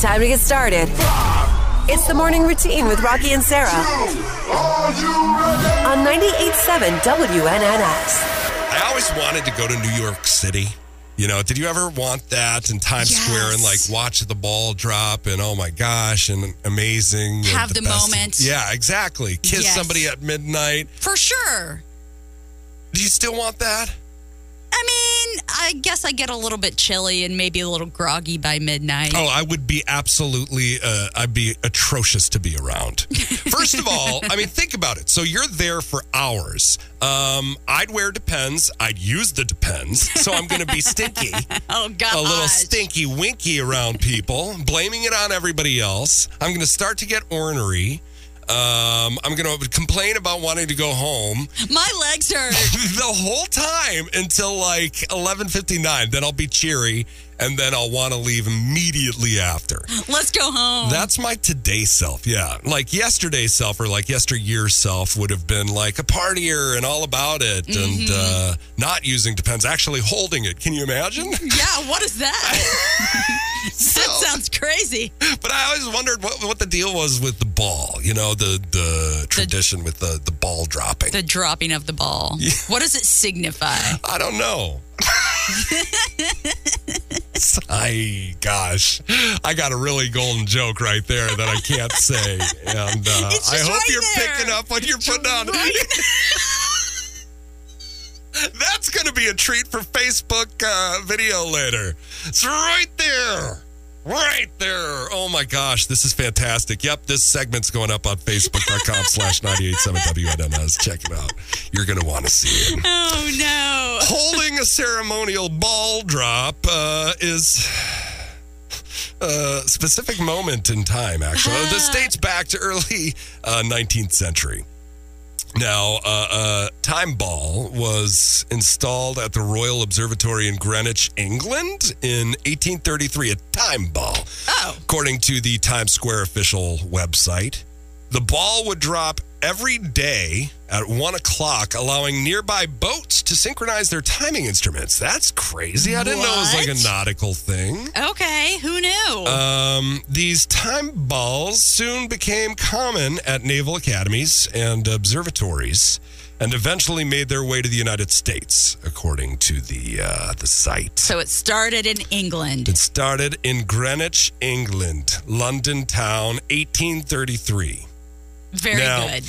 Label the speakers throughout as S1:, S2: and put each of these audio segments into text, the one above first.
S1: Time to get started. It's the morning routine with Rocky and Sarah on 98.7 WNNX.
S2: I always wanted to go to New York City. You know, did you ever want that in Times
S3: Yes.
S2: Square and like watch the ball drop and oh my gosh and amazing? and
S3: Have the
S2: best-
S3: moment.
S2: Yeah, exactly. Kiss
S3: Yes.
S2: somebody at midnight.
S3: For sure.
S2: Do you still want that?
S3: I mean, I guess I get a little bit chilly and maybe a little groggy by midnight.
S2: Oh, I would be absolutely, uh, I'd be atrocious to be around. First of all, I mean, think about it. So you're there for hours. Um, I'd wear Depends. I'd use the Depends. So I'm going to be stinky.
S3: Oh, gosh.
S2: a little stinky winky around people, blaming it on everybody else. I'm going to start to get ornery. Um, I'm going to complain about wanting to go home
S3: My legs hurt.
S2: the whole time until like 11:59. Then I'll be cheery, and then I'll want to leave immediately after.
S3: Let's go home.
S2: That's my today self. Yeah. Like yesterday's self or like yesteryear self would have been like a partier and all about it and uh, not using depends, actually holding it. Can you imagine?
S3: yeah, what is that? that sounds crazy.
S2: But I always wondered what, what the deal was with the ball. You know, the the tradition with the the ball dropping.
S3: The dropping of the ball. What does it signify?
S2: I don't know. I gosh, I got a really golden joke right there that I can't say, and uh,
S3: It's
S2: I
S3: just
S2: hope
S3: right
S2: you're
S3: there.
S2: picking up what you're putting on. That's going to be a treat for Facebook uh, video later. It's right there. Right there. Oh my gosh, this is fantastic. Yep, this segment's going up on Facebook.com slash 987WNNS. Check it out. You're going to want to see it.
S3: Oh, no.
S2: Holding a ceremonial ball drop uh, is a specific moment in time, actually. this dates back to early uh, 19th century. Now, uh, a time ball was installed at the Royal Observatory in Greenwich, England in 1833. A time ball.
S3: Oh.
S2: According to the Times Square official website, the ball would drop every day at one o'clock, allowing nearby boats to synchronize their timing instruments. That's crazy. I didn't know it was like
S3: What?
S2: a nautical thing.
S3: Okay, who knew?
S2: Um, these time balls soon became common at naval academies and observatories, and eventually made their way to the United States, according to the uh, the site.
S3: so it started in England.
S2: It started in Greenwich, England, London town, 1833.
S3: Very
S2: Now-
S3: good.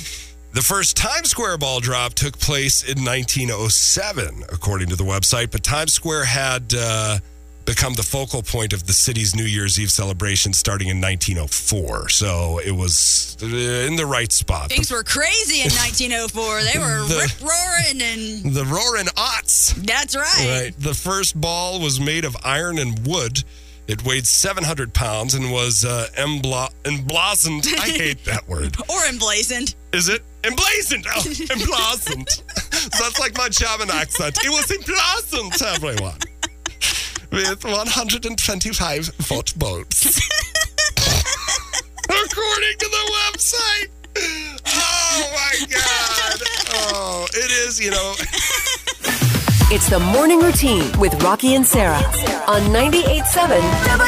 S2: The first Times Square ball drop took place in 1907, according to the website, but Times Square had uh, become the focal point of the city's New Year's Eve celebration starting in 1904. So it was uh, in the right spot.
S3: Things were crazy in 1904. They were
S2: The-
S3: rip roaring, and
S2: The roaring aughts.
S3: that's right.
S2: Right. The first ball was made of iron and wood. It weighed 700 pounds and was uh, embla- emblazoned. I hate that word.
S3: Or emblazoned.
S2: Is it emblazoned? Oh, emblazoned. That's like my German accent. It was emblazoned, everyone. With 125 volt bulbs. According to the website. Oh my God. Oh, it is, you know.
S1: It's the morning routine with Rocky and Sarah on 98.7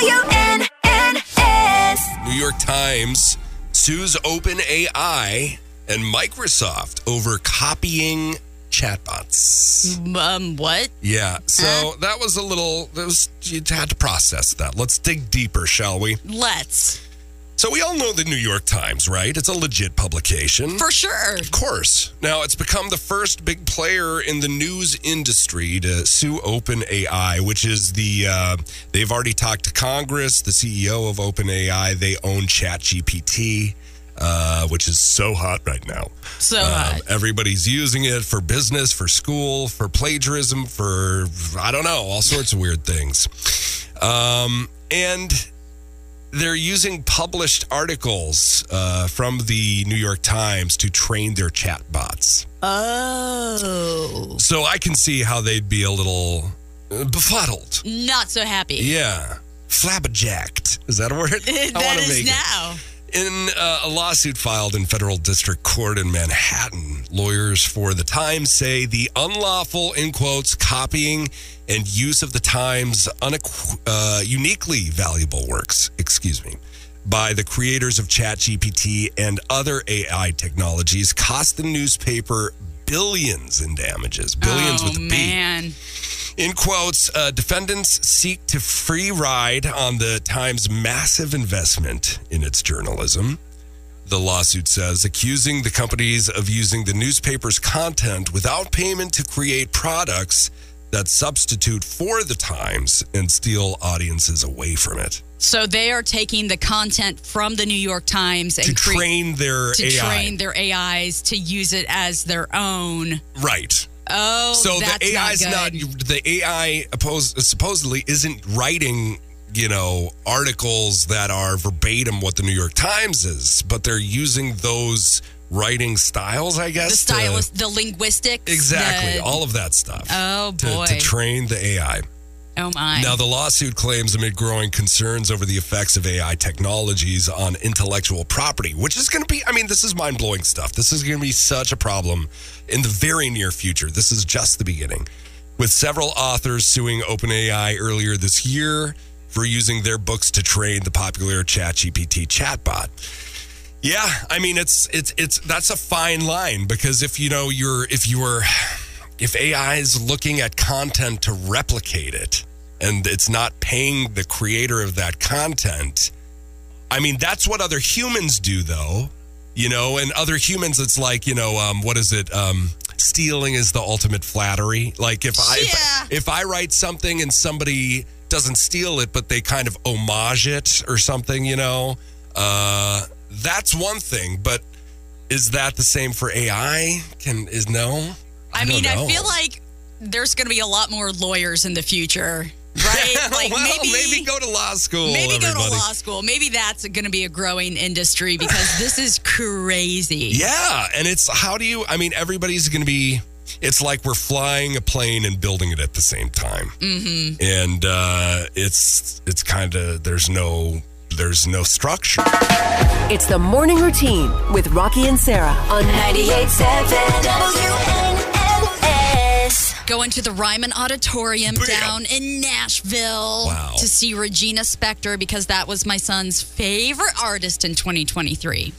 S1: WNNS.
S2: New York Times sues OpenAI and Microsoft over copying chatbots.
S3: Um, what?
S2: Yeah, so that was a little, that was, you had to process that. Let's dig deeper, shall we?
S3: Let's.
S2: So we all know the New York Times, right? It's a legit publication.
S3: For sure.
S2: Of course. Now, it's become the first big player in the news industry to sue OpenAI, which is the, uh, they've already talked to Congress, the CEO of OpenAI. They own ChatGPT, uh, which is so hot right now.
S3: So,
S2: Um,
S3: uh,
S2: everybody's using it for business, for school, for plagiarism, for I don't know, all sorts of weird things. Um, and they're using published articles uh, from the New York Times to train their chatbots.
S3: oh.
S2: So I can see how they'd be a little uh, befuddled.
S3: Not so happy.
S2: Yeah. Flabberjacked. Is that a word? I
S3: that
S2: wanna
S3: is
S2: make it.
S3: now.
S2: In uh, a lawsuit filed in federal district court in Manhattan, lawyers for The Times say the unlawful, in quotes, copying and use of The Times' unequ- uh, uniquely valuable works, excuse me, by the creators of ChatGPT and other AI technologies cost the newspaper billions in damages, billions
S3: oh,
S2: with a B.
S3: man.
S2: In quotes, uh, defendants seek to free ride on the Times' massive investment in its journalism. The lawsuit says, accusing the companies of using the newspaper's content without payment to create products that substitute for the Times and steal audiences away from it
S3: So they are taking the content from the New York Times and
S2: to
S3: cre-
S2: train their
S3: to
S2: AI.
S3: train their AIs to use it as their own.
S2: right.
S3: Oh,
S2: so
S3: that's
S2: the AI's
S3: not,
S2: not,
S3: good.
S2: the AI oppose, supposedly isn't writing you know articles that are verbatim what the New York Times is, but they're using those writing styles, I guess.
S3: the
S2: to-
S3: stylist, the linguistics,
S2: exactly,
S3: the-
S2: all of that stuff.
S3: oh
S2: to,
S3: boy,
S2: to train the AI.
S3: oh my.
S2: Now, the lawsuit claims amid growing concerns over the effects of AI technologies on intellectual property, which is going to be, I mean, this is mind blowing stuff. This is going to be such a problem in the very near future. This is just the beginning. With several authors suing OpenAI earlier this year for using their books to train the popular ChatGPT chatbot. Yeah, I mean it's it's it's that's a fine line because if you know you're if you were if AI is looking at content to replicate it and it's not paying the creator of that content, I mean that's what other humans do though, you know, and other humans it's like you know um, what is it um, stealing is the ultimate flattery. Like if I
S3: Yeah.
S2: if, if I write something and somebody doesn't steal it but they kind of homage it or something, you know. Uh, that's one thing, but is that the same for AI? Can is no?
S3: I,
S2: don't
S3: mean,
S2: know.
S3: I feel like there's going to be a lot more lawyers in the future, right? like
S2: well,
S3: maybe,
S2: go to law school.
S3: maybe go
S2: everybody.
S3: to law school. Maybe that's going to be a growing industry because this is crazy.
S2: Yeah, and it's how do you? I mean, everybody's going to be. It's like we're flying a plane and building it at the same time, mm-hmm. and uh, it's it's kind of there's no there's no structure.
S1: It's the morning routine with Rocky and Sarah on
S4: 98.7 WNNS.
S3: Going to the Ryman Auditorium
S2: Bam.
S3: down in Nashville
S2: Wow.
S3: to see Regina Spektor because that was my son's favorite artist in 2023.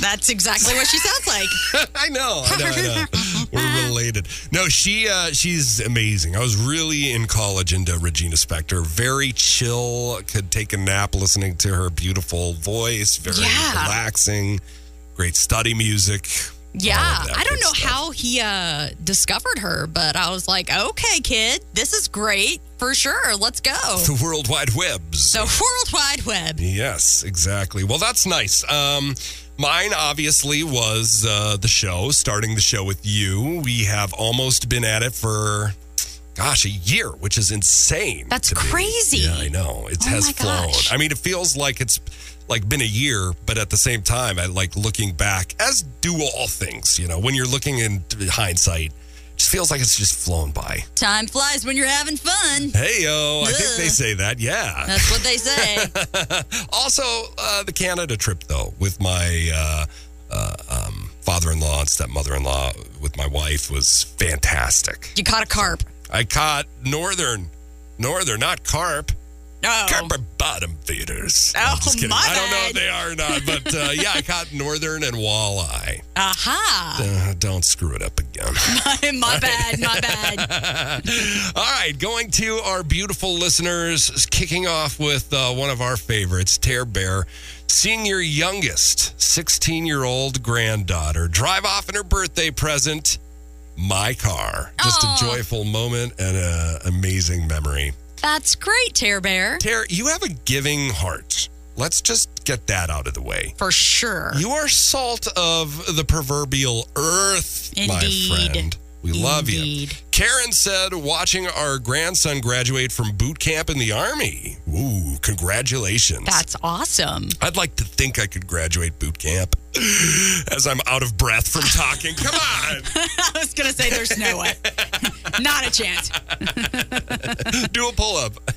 S3: That's exactly what she sounds like.
S2: I know. I know. I know. We're related. No, she uh, she's amazing. I was really in college into Regina Spektor. Very chill. Could take a nap listening to her beautiful voice. Very
S3: Yeah.
S2: relaxing. Great study music.
S3: Yeah,
S2: All of Oh, that
S3: I don't
S2: good
S3: know
S2: stuff.
S3: how he uh, discovered her, but I was like, okay, kid, this is great for sure. Let's go.
S2: The World Wide Webs.
S3: The World Wide Web.
S2: Yes, exactly. Well, that's nice. Um, mine obviously was uh, the show, starting the show with you. We have almost been at it for, gosh, a year, which is insane.
S3: That's
S2: to me.
S3: crazy.
S2: Yeah, I know. It
S3: Oh
S2: has
S3: my
S2: flown.
S3: gosh.
S2: I mean, it feels like it's like been a year, but at the same time, I like looking back, as do all things. You know, when you're looking in hindsight, it just feels like it's just flown by.
S3: Time flies when you're having fun.
S2: Hey yo, I think
S3: Ugh.
S2: they say that. Yeah.
S3: That's what they say.
S2: also, uh, the Canada trip though, with my uh, uh, um, father-in-law and stepmother-in-law, with my wife, was fantastic.
S3: you caught a carp.
S2: I caught northern, northern, not carp,
S3: Oh.
S2: carp are bottom feeders.
S3: Oh,
S2: I'm just kidding.
S3: my
S2: I don't know if
S3: bad.
S2: they are or not, but uh, yeah, I caught northern and walleye.
S3: Aha.
S2: Uh, don't screw it up again.
S3: my bad. My bad.
S2: All right, going to our beautiful listeners, kicking off with uh, one of our favorites, Tear Bear, seeing your youngest 16 year old granddaughter drive off in her birthday present, my car. Just
S3: Aw.
S2: a joyful moment and an amazing memory.
S3: That's great, Tear Bear.
S2: Tear, you have a giving heart. Let's just get that out of the way.
S3: For sure.
S2: You are salt of the proverbial earth, my
S3: Indeed.
S2: friend. We love you.
S3: Indeed.
S2: Karen said, watching our grandson graduate from boot camp in the Army Ooh, congratulations.
S3: That's awesome.
S2: I'd like to think I could graduate boot camp as I'm out of breath from talking. Come on,
S3: I was going to say there's no way. Not a chance.
S2: do a pull up.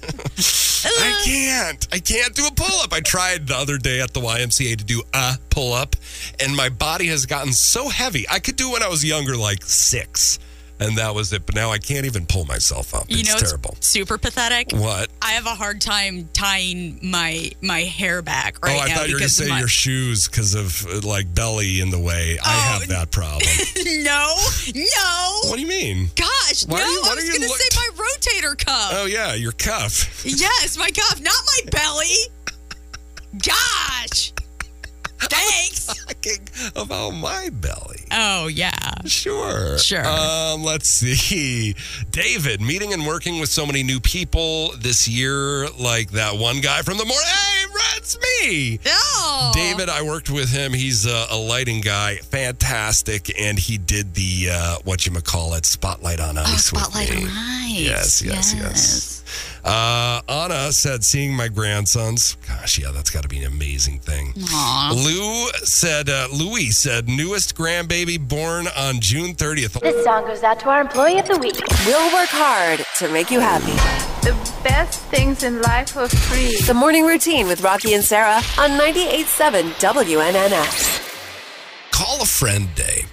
S2: I can't. I can't do a pull up. I tried the other day at the YMCA to do a pull up, and my body has gotten so heavy. I could do when I was younger, like six, and that was it. But now I can't even pull myself up.
S3: You
S2: it's
S3: know,
S2: terrible.
S3: it's super pathetic.
S2: what?
S3: I have a hard time tying my my hair back right
S2: oh, I
S3: now
S2: thought you were going to
S3: because
S2: say
S3: of my- Oh,
S2: your shoes because of uh, like belly in the way. I have that problem.
S3: no, no.
S2: what do you mean?
S3: Gosh,
S2: Why
S3: no.
S2: are you- why
S3: I
S2: are
S3: was
S2: you
S3: going to
S2: look-
S3: say my rotator cuff.
S2: Oh yeah, your cuff.
S3: Yes, my cuff, not my belly. Gosh. Thanks.
S2: talking about my belly.
S3: Oh, yeah.
S2: Sure.
S3: Sure.
S2: Um, let's see. David, meeting and working with so many new people this year, like that one guy from the morning. Hey, that's me.
S3: Oh.
S2: David, I worked with him. He's a, a lighting guy, fantastic, and he did the uh, what you call it, spotlight on ice.
S3: Oh,
S2: with
S3: spotlight
S2: me.
S3: on ice.
S2: Yes, yes, yes. Uh, Anna said, seeing my grandsons. Gosh, yeah, that's got to be an amazing thing.
S3: Aw.
S2: Lou said, uh, Louis said, newest grandbaby born on June 30th.
S5: This song goes out to our employee of the week.
S1: We'll work hard to make you happy.
S6: The best things in life are free.
S1: The morning routine with Rocky and Sarah on 98.7 WNNX.
S2: Call a friend day.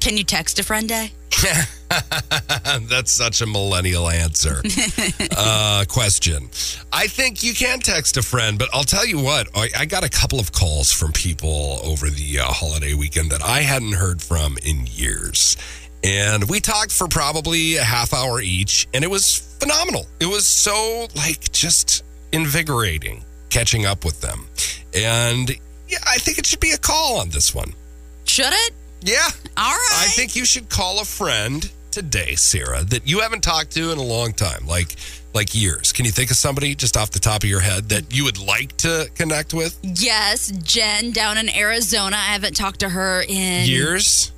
S3: Can you text a friend eh? day?
S2: That's such a millennial answer. uh, question. I think you can text a friend, but I'll tell you what, I, I got a couple of calls from people over the uh, holiday weekend that I hadn't heard from in years. And we talked for probably a half hour each, and it was phenomenal. It was so, like, just invigorating catching up with them. And yeah, I think it should be a call on this one.
S3: Should it?
S2: Yeah.
S3: All right.
S2: I think you should call a friend today, Sarah, that you haven't talked to in a long time, like like years. Can you think of somebody just off the top of your head that you would like to connect with?
S3: Yes, Jen down in Arizona. I haven't talked to her in
S2: Years?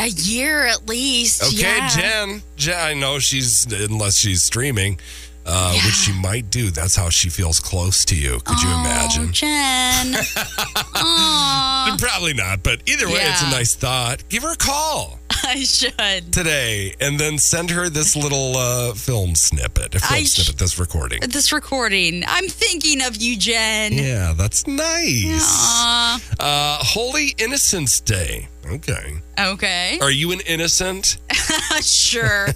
S3: a year at least.
S2: Okay,
S3: yeah.
S2: Jen. Jen. I know she's unless she's streaming, uh, which she might do. That's how she feels close to you. Could you
S3: Oh,
S2: imagine?
S3: Jen. Aw,
S2: Probably not, but either way, it's a
S3: Yeah.
S2: nice thought. Give her a call
S3: I should.
S2: today, and then send her this little uh, film snippet. A film
S3: I sh-
S2: snippet. This recording.
S3: This recording. I'm thinking of you, Jen.
S2: Yeah, that's nice.
S3: Aw,
S2: Uh, Holy Innocence Day. Okay.
S3: okay.
S2: Are you an innocent?
S3: sure.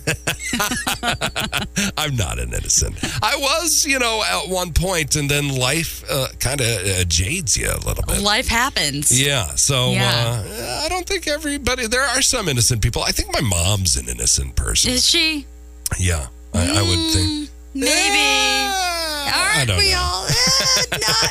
S2: I'm not an innocent. I was, you know, at one point, and then life uh, kind of uh, jades you a little bit.
S3: Life happens.
S2: Yeah. So
S3: Yeah.
S2: Uh, I don't think everybody, there are some innocent people. I think my mom's an innocent person.
S3: Is Mm. she?
S2: yeah. I, I would think.
S3: Maybe.
S2: Yeah, I
S3: Aren't
S2: don't
S3: we
S2: know.
S3: all? Eh,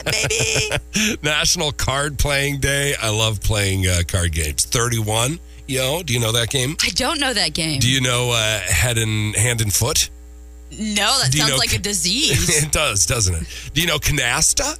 S3: not maybe.
S2: National Card Playing Day. I love playing uh, card games. 31. Yo, do you know that game?
S3: I don't know that game.
S2: Do you know uh, head and hand and foot?
S3: no, that
S2: do you
S3: sounds
S2: know-
S3: like a disease.
S2: it does, doesn't it? Do you know canasta?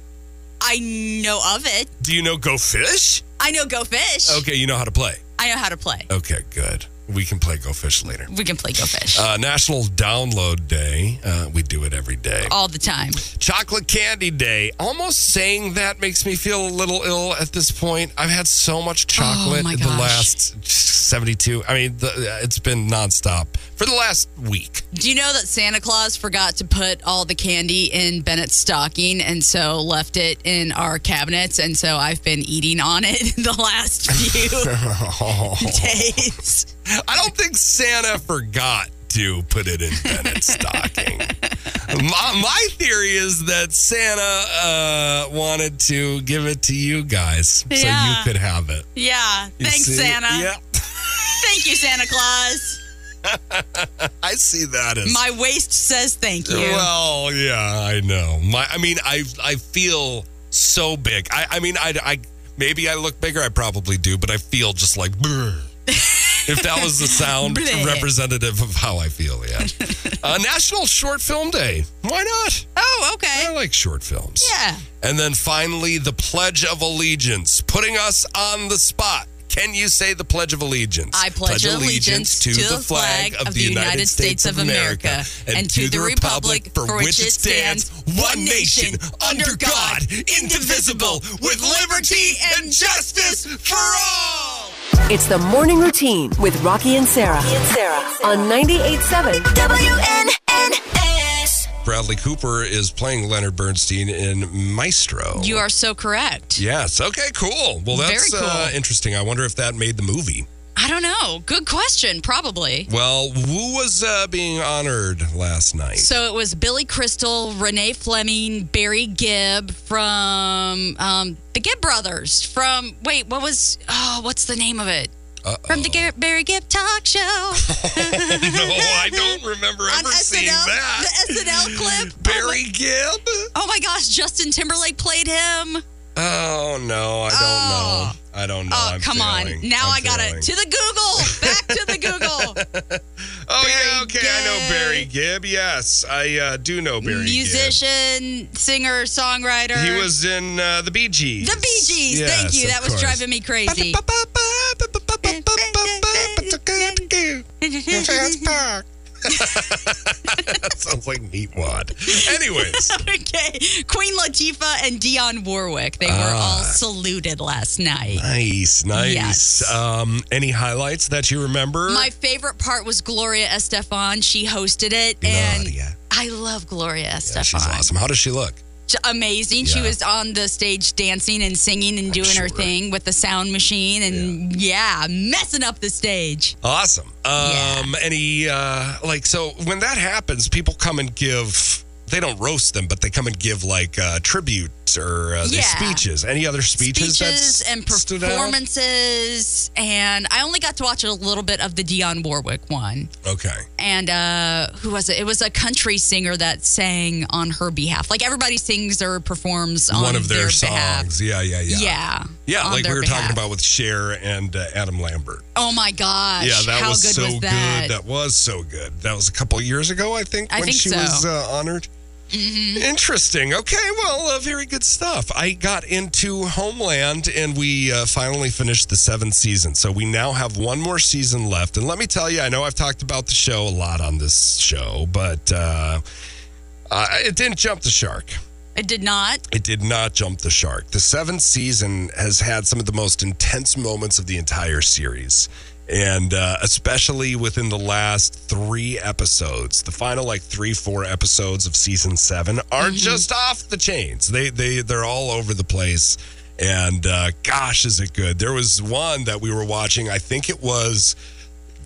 S3: I know of it.
S2: Do you know go fish?
S3: I know Go Fish.
S2: Okay, you know how to play.
S3: I know how to play.
S2: Okay, good. We can play go fish later.
S3: We can play Go Fish
S2: Uh, National Download Day. Uh, we do it every day.
S3: all the time.
S2: Chocolate Candy Day. Almost saying that makes me feel a little ill at this point. I've had so much chocolate
S3: Oh my
S2: in the
S3: gosh.
S2: last 72. I mean, the, it's been nonstop for the last week.
S3: Do you know that Santa Claus forgot to put all the candy in Bennett's stocking and so left it in our cabinets? And so I've been eating on it the last few days.
S2: I don't think Santa forgot to put it in Bennett's stocking. My, my theory is that Santa uh, wanted to give it to you guys so you
S3: Yeah.
S2: could have it.
S3: Yeah.
S2: You
S3: Thanks,
S2: see?
S3: Santa.
S2: Yeah,
S3: Thank you, Santa Claus.
S2: I see that as
S3: My waist says thank you.
S2: Well, yeah, I know. My, I mean, I I feel so big. I, I mean, I, I maybe I look bigger. I probably do, but I feel just like. "Brr." If that was the sound
S3: Bleh.
S2: representative of how I feel, yeah. Uh, National Short Film Day. Why not?
S3: oh,
S2: I
S3: okay.
S2: like short films.
S3: Yeah.
S2: And then finally, the Pledge of Allegiance, putting us on the spot. Can you say the Pledge of Allegiance?
S3: I pledge allegiance to the flag of the United States of America
S2: and, to the republic for which it stands, one nation, under God, indivisible, with liberty and justice for all.
S1: It's the morning routine with Rocky and Sarah, on 98.7
S4: WNNS.
S2: Bradley Cooper is playing Leonard Bernstein in Maestro.
S3: You are so correct.
S2: Yes. Okay, cool. Well, that's
S3: Very cool.
S2: uh, interesting. I wonder if that made the movie.
S3: I don't know. Good question, probably.
S2: Well, who was uh, being honored last night?
S3: So it was Billy Crystal, Renee Fleming, Barry Gibb from um, the Gibb Brothers. From wait, what was oh, what's the name of it? From the Gar- Barry Gibb Talk Show
S2: no, I don't remember
S3: on
S2: ever seeing
S3: SNL,
S2: that.
S3: the SNL clip. Oh my-
S2: Barry Gibb?
S3: Oh my gosh, Justin Timberlake played him.
S2: Oh no, I don't
S3: Oh.
S2: know. I don't know.
S3: Oh,
S2: I'm
S3: come
S2: failing.
S3: on. Now
S2: I'm
S3: i got
S2: failing.
S3: it. To the Google. Back to the Google.
S2: Oh yeah,
S3: Barry
S2: okay. I know
S3: Gibb.
S2: Barry Gibb. Yes, I uh, do know Barry.
S3: Musician, singer, songwriter.
S2: Gibb. He was in uh, the Bee Gees.
S3: The Bee Gees.
S2: Yes,
S3: Thank you.
S2: of
S3: That was
S2: course.
S3: driving me crazy.
S2: Sounds like Meatwad. Anyways,
S3: okay. Queen Latifah and Dionne Warwick. They were
S2: Ah.
S3: all saluted last night.
S2: nice, nice.
S3: Yes.
S2: Um, any highlights that you remember?
S3: My favorite part was Gloria Estefan. She hosted it. And
S2: Nadia.
S3: I love Gloria
S2: Yeah,
S3: Estefan.
S2: she's awesome. How does she look?
S3: J- amazing. She
S2: Yeah.
S3: was on the stage dancing and singing and doing her
S2: sure.
S3: thing with the sound machine and yeah, messing up the stage.
S2: Awesome.
S3: Yeah.
S2: Um, any uh, like so when that happens, people come and give. They don't roast them, but they come and give like uh, tributes or uh, their
S3: Yeah.
S2: speeches. Any other speeches?
S3: Speeches
S2: that
S3: and
S2: s- stood out?
S3: performances. And I only got to watch a little bit of the Dionne Warwick one.
S2: Okay.
S3: And uh, who was it? It was a country singer that sang on her behalf. Like everybody sings or performs on
S2: One of their,
S3: behalf.
S2: songs. Yeah, yeah, yeah.
S3: Yeah.
S2: Yeah,
S3: on
S2: like we
S3: their
S2: were talking
S3: behalf.
S2: about with Cher and uh, Adam Lambert.
S3: Oh my gosh.
S2: yeah, that
S3: How
S2: was
S3: good
S2: so
S3: was that?
S2: good. That was so good. That was a couple years ago, I think,
S3: I
S2: when
S3: think
S2: she
S3: so. Mm-hmm.
S2: was uh, honored. Interesting. Okay, well, uh, very good stuff. I got into Homeland and we uh, finally finished the seventh season. So we now have one more season left. And let me tell you, I know I've talked about the show a lot on this show, but uh, uh, it didn't jump the shark.
S3: It did not.
S2: It did not jump the shark. The seventh season has had some of the most intense moments of the entire series. And uh, especially within the last three episodes, the final like three, four episodes of season seven are just off the chains. They they they're all over the place, and uh, gosh, is it good? There was one that we were watching. I think it was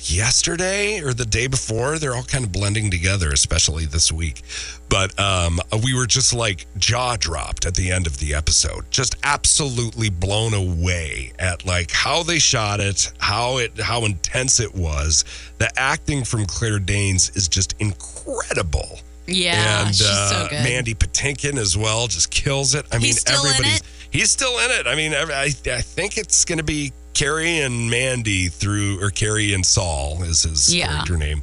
S2: yesterday or the day before. They're all kind of blending together, especially this week. But um, we were just like jaw dropped at the end of the episode, just absolutely blown away at like how they shot it, how it, how intense it was. The acting from Claire Danes is just incredible.
S3: Yeah.
S2: and
S3: she's
S2: uh,
S3: so good.
S2: Mandy Patinkin as well just kills it. I mean,
S3: He's still in
S2: everybody's
S3: it?
S2: he's still in it. I mean, ev- I, I think it's going to be Carrie and Mandy through, or Carrie and Saul is his
S3: Yeah.
S2: character name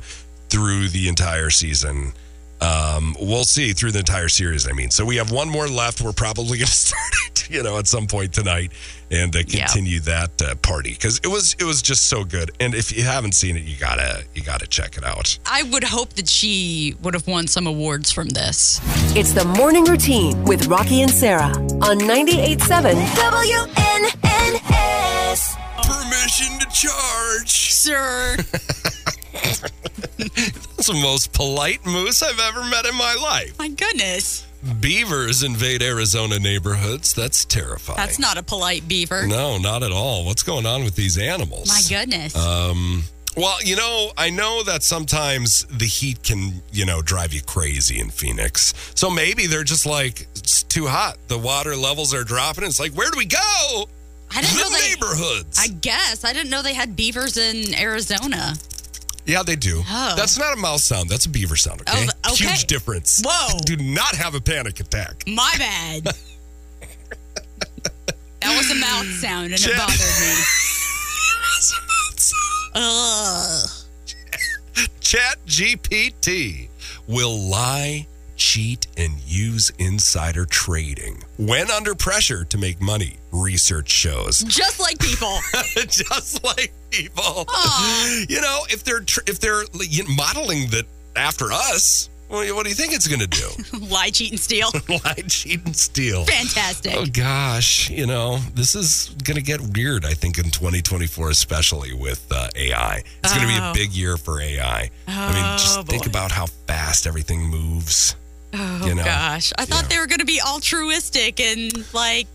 S2: through the entire season. Um, we'll see through the entire series. I mean, so we have one more left. We're probably going to start it, you know, at some point tonight and uh,
S3: Yeah.
S2: continue that uh, party because it was it was just so good. And if you haven't seen it, you gotta you gotta check it out.
S3: I would hope that she would have won some awards from this.
S1: It's the morning routine with Rocky and Sarah on 98.7
S4: WNNS.
S2: Permission to charge.
S3: Sir.
S2: It's the most polite moose I've ever met in my life.
S3: My goodness.
S2: Beavers invade Arizona neighborhoods. That's terrifying.
S3: That's not a polite beaver.
S2: No, not at all. What's going on with these animals?
S3: My goodness.
S2: Um, well, you know, I know that sometimes the heat can, you know, drive you crazy in Phoenix. So maybe they're just like, it's too hot. The water levels are dropping. It's like, where do we go?
S3: I didn't know
S2: The
S3: they.
S2: neighborhoods.
S3: I guess I didn't know they had beavers in Arizona.
S2: Yeah, they do.
S3: Oh.
S2: That's not a mouse sound. That's a beaver sound, okay?
S3: Oh, okay.
S2: Huge difference.
S3: Whoa.
S2: Do not have a panic attack.
S3: My bad. that was a mouth sound and
S2: Jen-
S3: it bothered me. Ugh.
S2: Chat GPT will lie cheat and use insider trading when under pressure to make money, research shows.
S3: Just like people.
S2: just like people. You know, if they're tr- if they're like, you know, modeling that after us, well, what do you think it's going to do?
S3: Lie, cheat, and steal.
S2: Lie, cheat, and steal.
S3: Fantastic.
S2: Oh gosh, you know this is going to get weird. I think in 2024, especially with uh, AI, it's going to be a
S3: Oh.
S2: big year for AI. I mean, just
S3: Oh,
S2: think
S3: boy.
S2: about how fast everything moves.
S3: Oh,
S2: you know,
S3: gosh. I thought
S2: yeah.
S3: they were going to be altruistic and like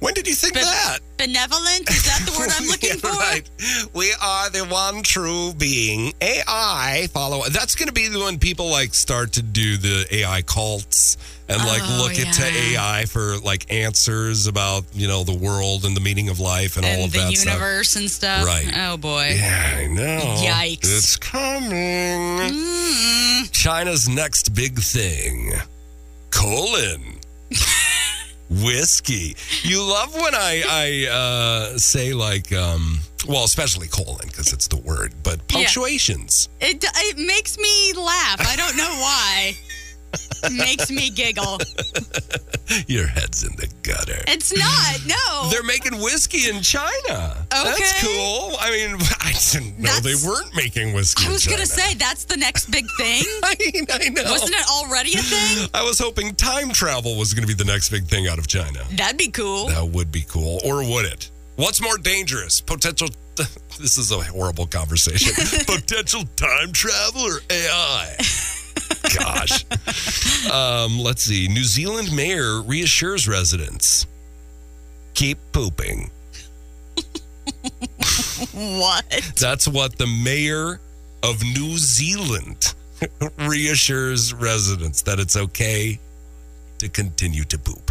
S2: When did you think
S3: But-
S2: that?
S3: benevolent. Is that the word I'm looking
S2: Yeah,
S3: for?
S2: right. We are the one true being. AI follow. That's going to be the one people like start to do the AI cults and like
S3: Oh,
S2: look into
S3: yeah.
S2: AI for like answers about you know the world and the meaning of life and, all
S3: And
S2: of
S3: the
S2: that stuff.
S3: universe and stuff.
S2: Right.
S3: Oh, boy.
S2: Yeah, I know.
S3: Yikes.
S2: It's coming.
S3: Hmm.
S2: China's next big thing colon. Whiskey. You love when I, I uh, say, like, um, well, especially colon because it's the word, but punctuations.
S3: It, it makes me laugh. I don't know why. makes me giggle.
S2: Your head's in the gutter.
S3: It's not. No.
S2: They're making whiskey in China. That's
S3: Okay.
S2: cool. I mean, I didn't know
S3: That's-
S2: they weren't making whiskey.
S3: I was
S2: going
S3: going to say that's the next big thing.
S2: I, I know.
S3: Wasn't it already a thing?
S2: I was hoping time travel was going to be the next big thing out of China.
S3: That'd be cool.
S2: That would be cool. Or would it? What's more dangerous? Potential. This is a horrible conversation. Potential time travel or AI? Gosh. Um, let's see. New Zealand mayor reassures residents keep pooping.
S3: What?
S2: That's what the mayor of New Zealand reassures residents that it's okay to continue to poop.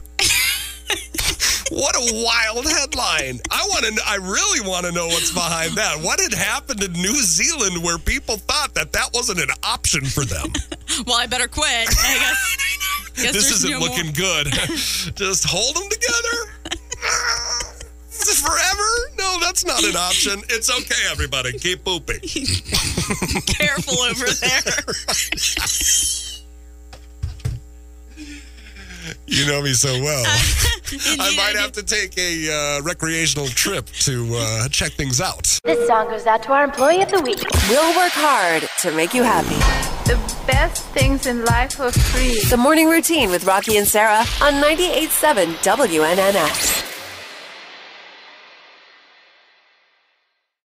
S2: what a wild headline. I want to I really want to know what's behind that. What had happened in New Zealand where people thought that that wasn't an option for them?
S3: Well, I better quit. I guess.
S2: this
S3: guess there's
S2: isn't
S3: no more.
S2: looking good. Just hold them together. Forever? No, that's not an option. It's okay, everybody. Keep pooping.
S3: careful over there.
S2: You know me so well. I
S3: Indeed,
S2: might
S3: do.
S2: have to take a uh, recreational trip to uh, check things out.
S5: This song goes out to our employee of the week.
S1: We'll work hard to make you happy.
S6: The best things in life are free.
S1: The morning routine with Rocky and Sarah on 98.7 WNNX.